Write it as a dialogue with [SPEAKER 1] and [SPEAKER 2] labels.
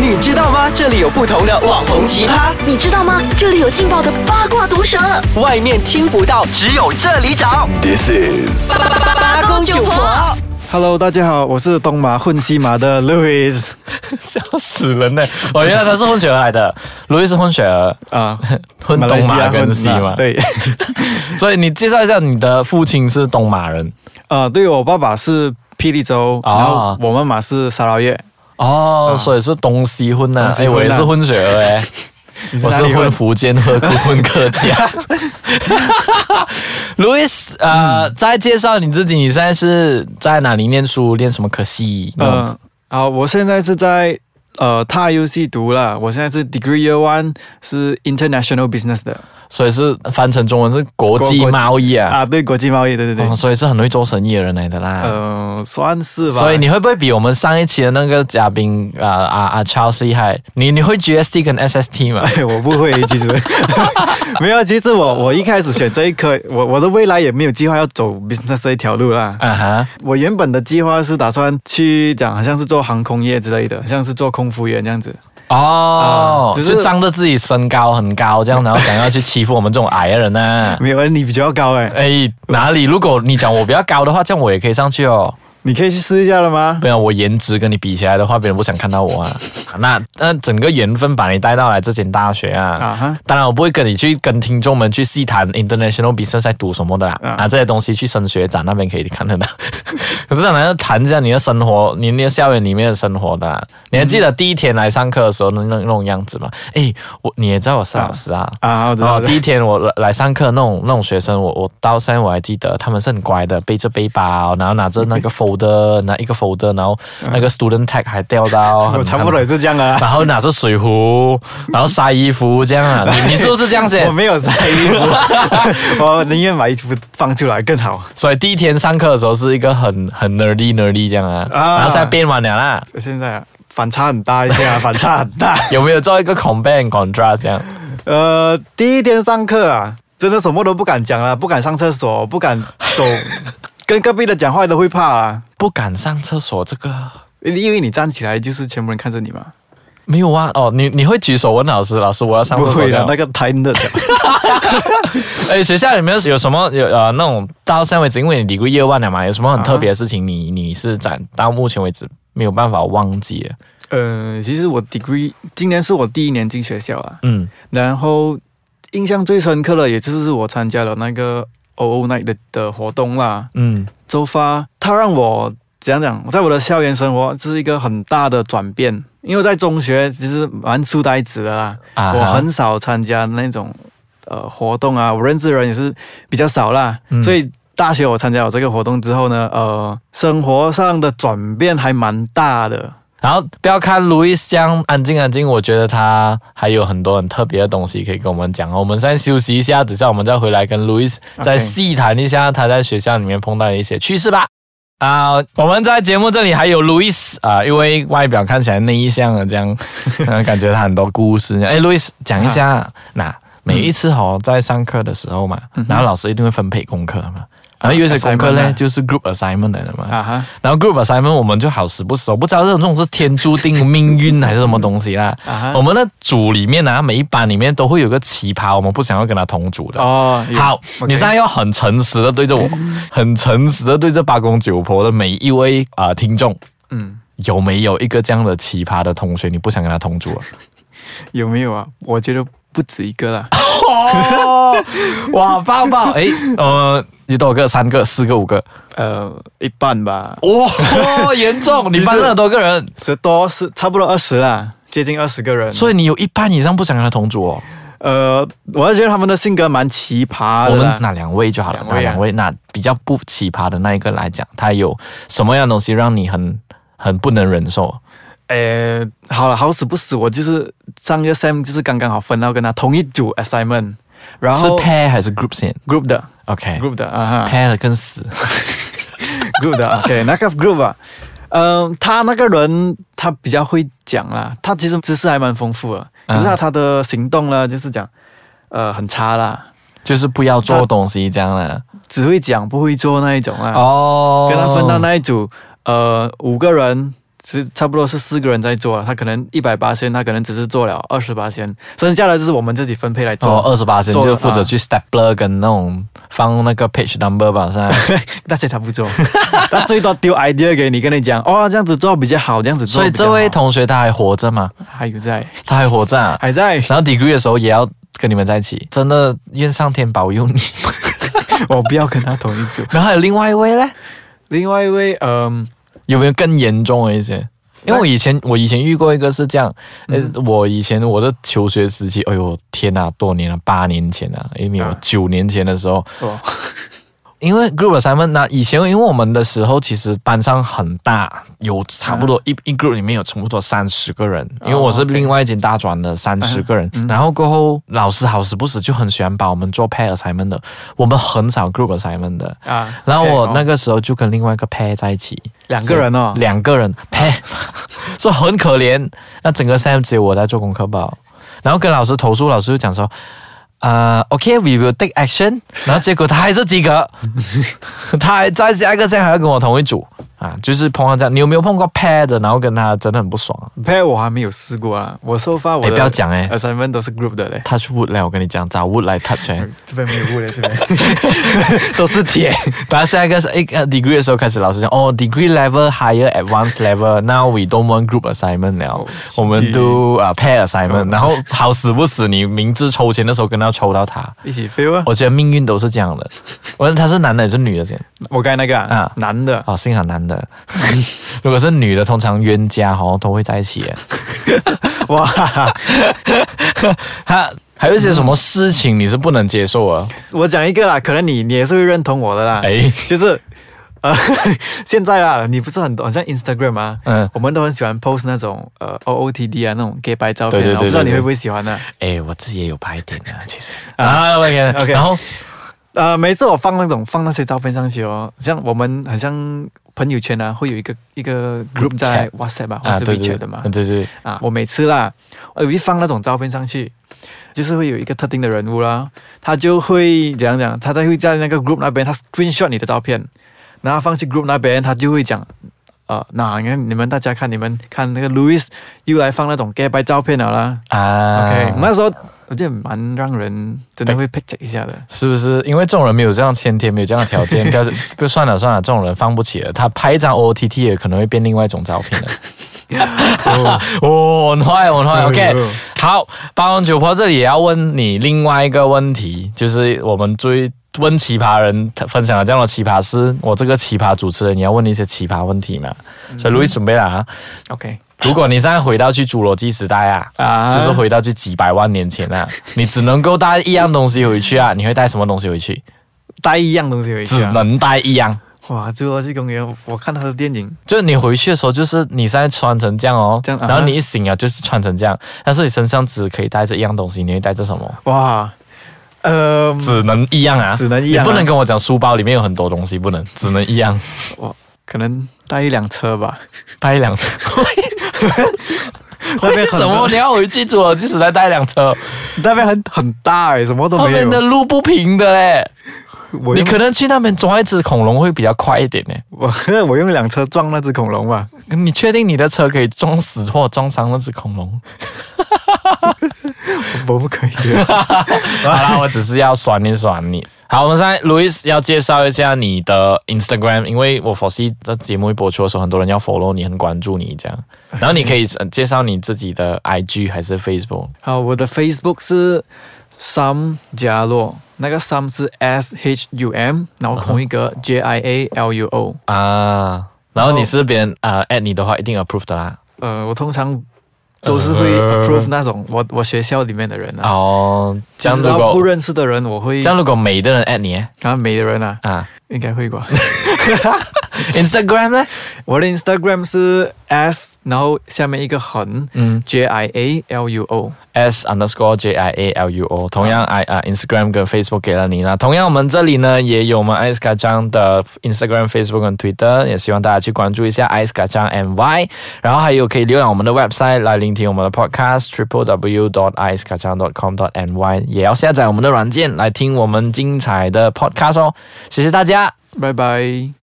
[SPEAKER 1] 你知道吗？这里有不同的网红奇葩，
[SPEAKER 2] 你知道吗？这里有劲爆的八卦毒舌，
[SPEAKER 1] 外面听不到，只有这里找。
[SPEAKER 3] This is
[SPEAKER 1] 八八八八公九婆，
[SPEAKER 4] Hello，大家好，我是东马混西马的 Louis
[SPEAKER 5] 笑死人呢！我哦原来他是混血儿来的，路易是混血儿，
[SPEAKER 4] 啊，
[SPEAKER 5] 混东马跟西
[SPEAKER 4] 马
[SPEAKER 5] 马。，
[SPEAKER 4] 对，
[SPEAKER 5] 所以你介绍一下你的父亲是东马人
[SPEAKER 4] 啊，对我爸爸是霹雳州，
[SPEAKER 5] 哦
[SPEAKER 4] 然后我妈妈是沙捞越，
[SPEAKER 5] 哦，所以是东西混呐、啊。
[SPEAKER 4] 西
[SPEAKER 5] 哎，
[SPEAKER 4] 混啊
[SPEAKER 5] 我也是混血儿 哎，
[SPEAKER 4] 你
[SPEAKER 5] 我
[SPEAKER 4] 哪
[SPEAKER 5] 是
[SPEAKER 4] 里
[SPEAKER 5] 混福建和客混客 家。路易斯啊，再介绍你自己，你现在是在哪里念书？念什么科系？
[SPEAKER 4] 呃，啊，我现在是在呃踏 U C 读了，我现在是 Degree Year One 是 International Business 的
[SPEAKER 5] 所以是翻成中文是国际
[SPEAKER 4] 国国际
[SPEAKER 5] 贸易啊。
[SPEAKER 4] 啊，对，国际贸易，对对对
[SPEAKER 5] 哦，，所以是很会做生意的人来的啦。
[SPEAKER 4] 呃，算是吧，
[SPEAKER 5] 所以你会不会比我们上一期的那个嘉宾啊啊啊 Charles 厉害？你你会 GST 跟 SST 吗？
[SPEAKER 4] 哎， 我不会，其 实没有。其实我我一开始选这一科，我我的未来也没有计划要走 business 这一条路啦。
[SPEAKER 5] 啊哈，
[SPEAKER 4] 我原本的计划是打算去讲，好像是做航空业之类的，像是做空服员这样子。
[SPEAKER 5] 哦，
[SPEAKER 4] 啊只是
[SPEAKER 5] 就仗着自己身高很高这样，然后想要去欺负我们这种矮的人呢、啊
[SPEAKER 4] 没有，你比较高哎、
[SPEAKER 5] 哎，哪里？如果你讲我比较高的话，这样我也可以上去哦。
[SPEAKER 4] 你可以去试一下了吗
[SPEAKER 5] 不？然我颜值跟你比起来的话，别人不想看到我 啊。那那整个缘分把你带到来这间大学啊。
[SPEAKER 4] 啊哈，
[SPEAKER 5] 当然，我不会跟你去跟听众们去细谈 international business 在读什么的啦，
[SPEAKER 4] 嗯
[SPEAKER 5] 啊，这些东西去升学展那边可以看得到。 可是当然要谈一下你的生活，你你的校园里面的生活的啦。你还记得第一天来上课的时候那那那种样子吗？诶，我你也知道我是老师啊。
[SPEAKER 4] 啊，我知
[SPEAKER 5] 然
[SPEAKER 4] 道，
[SPEAKER 5] 后
[SPEAKER 4] 我知道
[SPEAKER 5] 第一天我来来上课那种那种学生，我我到现在我还记得，他们是很乖的，背着背包，然后拿着 那个 folder，拿一个 folder，然后那个 student tag 还掉 到，
[SPEAKER 4] 嗯 我差不多也是这样啊的啦。
[SPEAKER 5] 然后拿着
[SPEAKER 4] ？
[SPEAKER 5] 水壶，然后晒衣服这样啊。你你是不是这样子
[SPEAKER 4] 我没有晒衣 服， 我宁愿把衣服放出来更好。
[SPEAKER 5] 所以第一天上课的时候是一个很很 nerdy nerdy 这样啊，
[SPEAKER 4] 啊
[SPEAKER 5] 然后现在变完了啦。
[SPEAKER 4] 现在啊，反差很大一下，反差很大。
[SPEAKER 5] 有没有做一个 compare and contrast 这样？
[SPEAKER 4] 呃，第一天上课啊，真的什么都不敢讲了，不敢上厕所，不敢走，跟隔壁的讲话都会怕啊，
[SPEAKER 5] 不敢上厕所这个
[SPEAKER 4] 因为你站起来就是全部人看着你嘛。
[SPEAKER 5] 没有啊？哦，你你会举手问老师，老师我要上
[SPEAKER 4] 不
[SPEAKER 5] 厕所
[SPEAKER 4] 会
[SPEAKER 5] 这
[SPEAKER 4] 的
[SPEAKER 5] 样，
[SPEAKER 4] 那。个太嫩了。
[SPEAKER 5] 哎，学校里面有什么有呃那种到现在为止，因为你离过夜晚了嘛，有什么很特别的事情你你是在到目前为止没有办法忘记的？
[SPEAKER 4] 呃，其实我 degree 今年是我第一年进学校啊，
[SPEAKER 5] 嗯，
[SPEAKER 4] 然后印象最深刻的也就是我参加了那个 O O Night 的的活动啦。
[SPEAKER 5] 嗯，
[SPEAKER 4] 周发他让我怎样讲，在我的校园生活是一个很大的转变，因为在中学其实蛮书呆子的啦。
[SPEAKER 5] 啊哈
[SPEAKER 4] 我很少参加那种呃活动啊，我认识的人也是比较少啦，
[SPEAKER 5] 嗯
[SPEAKER 4] 所以大学我参加了这个活动之后呢，呃，生活上的转变还蛮大的。
[SPEAKER 5] 然后不要看路易斯这样安静安静，我觉得他还有很多很特别的东西可以跟我们讲哦。我们先休息一下，等下我们再回来跟路易斯
[SPEAKER 4] OK
[SPEAKER 5] 再细谈一下他在学校里面碰到的一些趣事吧。啊、我们在节目这里还有路易斯啊，因为外表看起来内向啊的 这样，呃感觉他很多故事。哎，路易斯讲一下，那、每一次哦，在上课的时候嘛，然后老师一定会分配功课嘛，然后有一些功课
[SPEAKER 4] assignment
[SPEAKER 5] 呢
[SPEAKER 4] 嗯啊
[SPEAKER 5] 就是 group assignment 来的嘛，
[SPEAKER 4] 啊哈
[SPEAKER 5] 然后 group assignment 我们就好死不死，我不知道这种这种是天注定命运还是什么东西啦。
[SPEAKER 4] 啊
[SPEAKER 5] 我
[SPEAKER 4] 哈，
[SPEAKER 5] 们的组里面啊，每一班里面都会有个奇葩，我们不想要跟他同组的。
[SPEAKER 4] 哦，有
[SPEAKER 5] 好，你现在
[SPEAKER 4] OK 嗯
[SPEAKER 5] 要很诚实的对着我，很诚实的对着八公九婆的每一位啊、呃听众，
[SPEAKER 4] 嗯，
[SPEAKER 5] 有没有一个这样的奇葩的同学，你不想跟他同组啊？
[SPEAKER 4] 有没有啊？我觉得不止一个 啦。
[SPEAKER 5] 哦， 哇，抱抱，哎，呃，你多少个？三个、四个、五个？
[SPEAKER 4] 呃，一半吧，
[SPEAKER 5] 哇、 严重！你班上有多个人？
[SPEAKER 4] 十多是差不多二十啦，接近二十个人。
[SPEAKER 5] 所以你有一半以上不想跟他同组哦。
[SPEAKER 4] 呃，我是觉得他们的性格蛮奇葩
[SPEAKER 5] 我
[SPEAKER 4] 的
[SPEAKER 5] 们
[SPEAKER 4] 啦。
[SPEAKER 5] 拿两位就好了，
[SPEAKER 4] 两位啊
[SPEAKER 5] 拿两位，那比较不奇葩的那一个来讲，他有什么样的东西让你很很不能忍受？
[SPEAKER 4] 呃，好了，好死不死，我就是上个 sem 就是刚刚好分到跟他同一组 assignment，然
[SPEAKER 5] 是
[SPEAKER 4] 后
[SPEAKER 5] pair 还是 group 先
[SPEAKER 4] group 的
[SPEAKER 5] ？OK，pair、
[SPEAKER 4] group 的啊哈
[SPEAKER 5] 的更死。
[SPEAKER 4] group 的 OK 那个 group 啊，嗯、他那个人他比较会讲啦，他其实知识还蛮丰富的，可是他
[SPEAKER 5] 啊
[SPEAKER 4] 他的行动呢，就是讲呃很差啦，
[SPEAKER 5] 就是不要做东西这样啦。
[SPEAKER 4] 只会讲不会做那一种啦。啊
[SPEAKER 5] 哦
[SPEAKER 4] 跟他分到那一组，呃，五个人，是差不多是四个人在做了，他可能一百八仙，他可能只是做了二十八仙，剩下的就是我们自己分配来做。
[SPEAKER 5] 哦做二十八
[SPEAKER 4] 做啊
[SPEAKER 5] 就负责去 stapler 跟那种放那个 page number 吧，现在
[SPEAKER 4] 那些他不做， 他最多丢 idea 给你，跟你讲哦，这样子做比较好，这样子做
[SPEAKER 5] 所以
[SPEAKER 4] 比较好。
[SPEAKER 5] 这位同学他还活着吗？
[SPEAKER 4] 还有在，
[SPEAKER 5] 他还活着啊？
[SPEAKER 4] 还 在，
[SPEAKER 5] 然后 degree 的时候也要跟你们在一起，真的愿上天保佑 你。
[SPEAKER 4] 我不要跟他同一组。
[SPEAKER 5] 然后还有另外一位呢，
[SPEAKER 4] 另外一位，嗯、
[SPEAKER 5] 有没有更严重啊的一些？因为我以前我以前遇过一个是这样，呃、
[SPEAKER 4] 嗯
[SPEAKER 5] 我以前我的求学时期，哎呦天呐，多年了，八年前啊，因为我
[SPEAKER 4] 啊
[SPEAKER 5] 九年前的时候，
[SPEAKER 4] 哦，
[SPEAKER 5] 因为 group assignment 那以前因为我们的时候其实班上很大，有差不多一、一 group 里面有差不多三十个人，因为我是
[SPEAKER 4] 嗯哦 OK 嗯
[SPEAKER 5] 另外一间大专的三十个人，然后过后老师好死不死就很喜欢把我们做 pair assignment 的，我们很少 group assignment 的。
[SPEAKER 4] 啊，
[SPEAKER 5] 然后我那
[SPEAKER 4] 个
[SPEAKER 5] 个时候就跟另外一个 pair 在一起，
[SPEAKER 4] 两个人哦，
[SPEAKER 5] 两个人 pair，说很可怜。那整个 Sam 只有我在做功课吧，然后跟老师投诉，老师就讲说，呃，OK，we、will take action。然后结果他还是及格， 他还在下一个 Sam 还要跟我同一组啊，就是碰到这样。你有没有碰过 pair 的，然后跟他真的很不爽
[SPEAKER 4] 配我还没有试过啊，我收发我的
[SPEAKER 5] 哎不要讲哎
[SPEAKER 4] assignment 都是 group 的嘞，
[SPEAKER 5] ？Touch wood 来，我跟你讲，找 wood 来 touch 哎。
[SPEAKER 4] 这边没有物嘞， 这边都是铁。
[SPEAKER 5] 然后下一个是一个 degree 的时候开始，老师讲哦，degree level higher advanced level，now we don't want group assignment 了，
[SPEAKER 4] Oh，
[SPEAKER 5] 我们都啊 pair assignment，然后好死不死你明知抽签的时候跟他抽到 他，
[SPEAKER 4] 一起飞吧。
[SPEAKER 5] 我觉得命运都是这样的。我问他是男的还是女的先？
[SPEAKER 4] 我刚才那个
[SPEAKER 5] 啊
[SPEAKER 4] 啊，男的，
[SPEAKER 5] 哦，幸好男 的，如果是女的，通常冤家好像都会在一起耶。
[SPEAKER 4] 哇，
[SPEAKER 5] 他还有一些什么事情你是不能接受啊？
[SPEAKER 4] 我讲一个啦，可能你你也是会认同我的啦，
[SPEAKER 5] 哎
[SPEAKER 4] 就是。呃， 现在啦，你不是很多，好像 Instagram 啊，
[SPEAKER 5] 嗯
[SPEAKER 4] 我们都很喜欢 post 那种呃 OOTD 啊那种 gay 白照片、啊，
[SPEAKER 5] 对对对
[SPEAKER 4] 我不知道
[SPEAKER 5] 对
[SPEAKER 4] 你
[SPEAKER 5] 对
[SPEAKER 4] 会不会喜欢呢、啊
[SPEAKER 5] 哎，我自己也有拍一点的，其实啊，OK
[SPEAKER 4] OK
[SPEAKER 5] 然后
[SPEAKER 4] 呃，每次我放那种放那些照片上去哦，像我们好像朋友圈啊，会有一个一个 group 在 WhatsApp 啊，
[SPEAKER 5] 啊，
[SPEAKER 4] 或是
[SPEAKER 5] 对
[SPEAKER 4] WeChat
[SPEAKER 5] 对
[SPEAKER 4] 的嘛，
[SPEAKER 5] 对对对，
[SPEAKER 4] 啊，我每次啦，呃我一放那种照片上去，就是会有一个特定的人物啦，他就会怎样讲，他在会在那个 group 那边，他 screenshot 你的照片，然后放去 group 那边，他就会讲，呃，那你看你们大家看，你们看那个 Louis 又来放那种 gay 白照片了啦。
[SPEAKER 5] 啊
[SPEAKER 4] OK，、那时候我觉得蛮让人真的会 p i c 一下的。
[SPEAKER 5] 是不是？因为这种人没有这样先天，没有这样的条件， 不要不算了算了，这种人放不起了。他拍一张 OTT 也可能会变另外一种照 片的。哦，很坏，很坏。OK，好，
[SPEAKER 4] 哎
[SPEAKER 5] 八王九婆这里也要问你另外一个问题，就是我们追问奇葩人分享了这样的奇葩事，我这个奇葩主持人也要问你一些奇葩问题嘛。所
[SPEAKER 4] 嗯
[SPEAKER 5] 以路易准备了啊，
[SPEAKER 4] OK，
[SPEAKER 5] 如果你现在回到去侏罗纪时代啊，
[SPEAKER 4] 啊
[SPEAKER 5] 就是回到去几百万年前 啊，你只能够带一样东西回去啊，你会带什么东西回去？
[SPEAKER 4] 带一样东西回去
[SPEAKER 5] 只
[SPEAKER 4] 啊。
[SPEAKER 5] 能带一样。
[SPEAKER 4] 哇，侏罗纪公园，我看他的电影，
[SPEAKER 5] 就是你回去的时候，就是你现在穿成这样哦，
[SPEAKER 4] 这样啊
[SPEAKER 5] 然后你一醒啊，就是穿成这样，但是你身上只可以带着一样东西，你会带着什么？
[SPEAKER 4] 哇，呃，
[SPEAKER 5] 只能一样啊，
[SPEAKER 4] 只能一样啊
[SPEAKER 5] 你不能跟我讲书包里面有很多东西，不能，只能一样，
[SPEAKER 4] 我可能带一辆车吧。
[SPEAKER 5] 带一辆车。
[SPEAKER 4] 那
[SPEAKER 5] 为
[SPEAKER 4] 边很
[SPEAKER 5] 什么你要回去做？即使再带一辆车，
[SPEAKER 4] 那边很很大哎、什么都
[SPEAKER 5] 后
[SPEAKER 4] 没有
[SPEAKER 5] 面。的路不平的嘞，
[SPEAKER 4] 我
[SPEAKER 5] 你
[SPEAKER 4] 用
[SPEAKER 5] 可能去那边抓一只恐龙会比较快一点呢。
[SPEAKER 4] 我 我用两车撞那只恐龙吧。
[SPEAKER 5] 你确定你的车可以撞死或撞伤那只恐龙？
[SPEAKER 4] 我我不可以的。
[SPEAKER 5] 好啦，我只是要酸你酸你。好，我们现在 Louis 要介绍一下你的 Instagram，因为我 foresee 这节目一播出的时候，很多人要 follow 你，很关注你这样。然后你可以呃介绍你自己的 IG 还是 Facebook
[SPEAKER 4] 好，我的 Facebook 是 Sam 加洛，那个 Sam 是 S H U M，然后空一格 J I A L U O。
[SPEAKER 5] 啊。然后你是别人呃 at 你的话，一定 approve 的啦。
[SPEAKER 4] 呃，我通常都是会
[SPEAKER 5] 呃
[SPEAKER 4] approve 那种我我学校里面的人啊。
[SPEAKER 5] 哦，这样
[SPEAKER 4] 就是
[SPEAKER 5] 如
[SPEAKER 4] 到不
[SPEAKER 5] 果
[SPEAKER 4] 认识的人，我会
[SPEAKER 5] 这样如果美的人 at 你耶
[SPEAKER 4] 然后没的人啊，
[SPEAKER 5] 啊
[SPEAKER 4] 应该 会吧。
[SPEAKER 5] ，Instagram 呢？
[SPEAKER 4] 我的 Instagram 是 S，然后下面一个横，
[SPEAKER 5] 嗯
[SPEAKER 4] ，J I A L U O。
[SPEAKER 5] S underscore J I A L U O，同样 I 啊 Instagram 跟 Facebook 给了你啦。同样我们这里呢也有我们 Ice 卡张的 Instagram、Facebook 跟 Twitter，也希望大家去关注一下 Ice 卡张 MY，然后还有可以浏览我们的 website 来聆听我们的 podcast triple w dot ice 卡张 dot com dot ny，也要下载我们的软件来听我们精彩的 podcast 哦。谢谢大家。
[SPEAKER 4] 拜拜。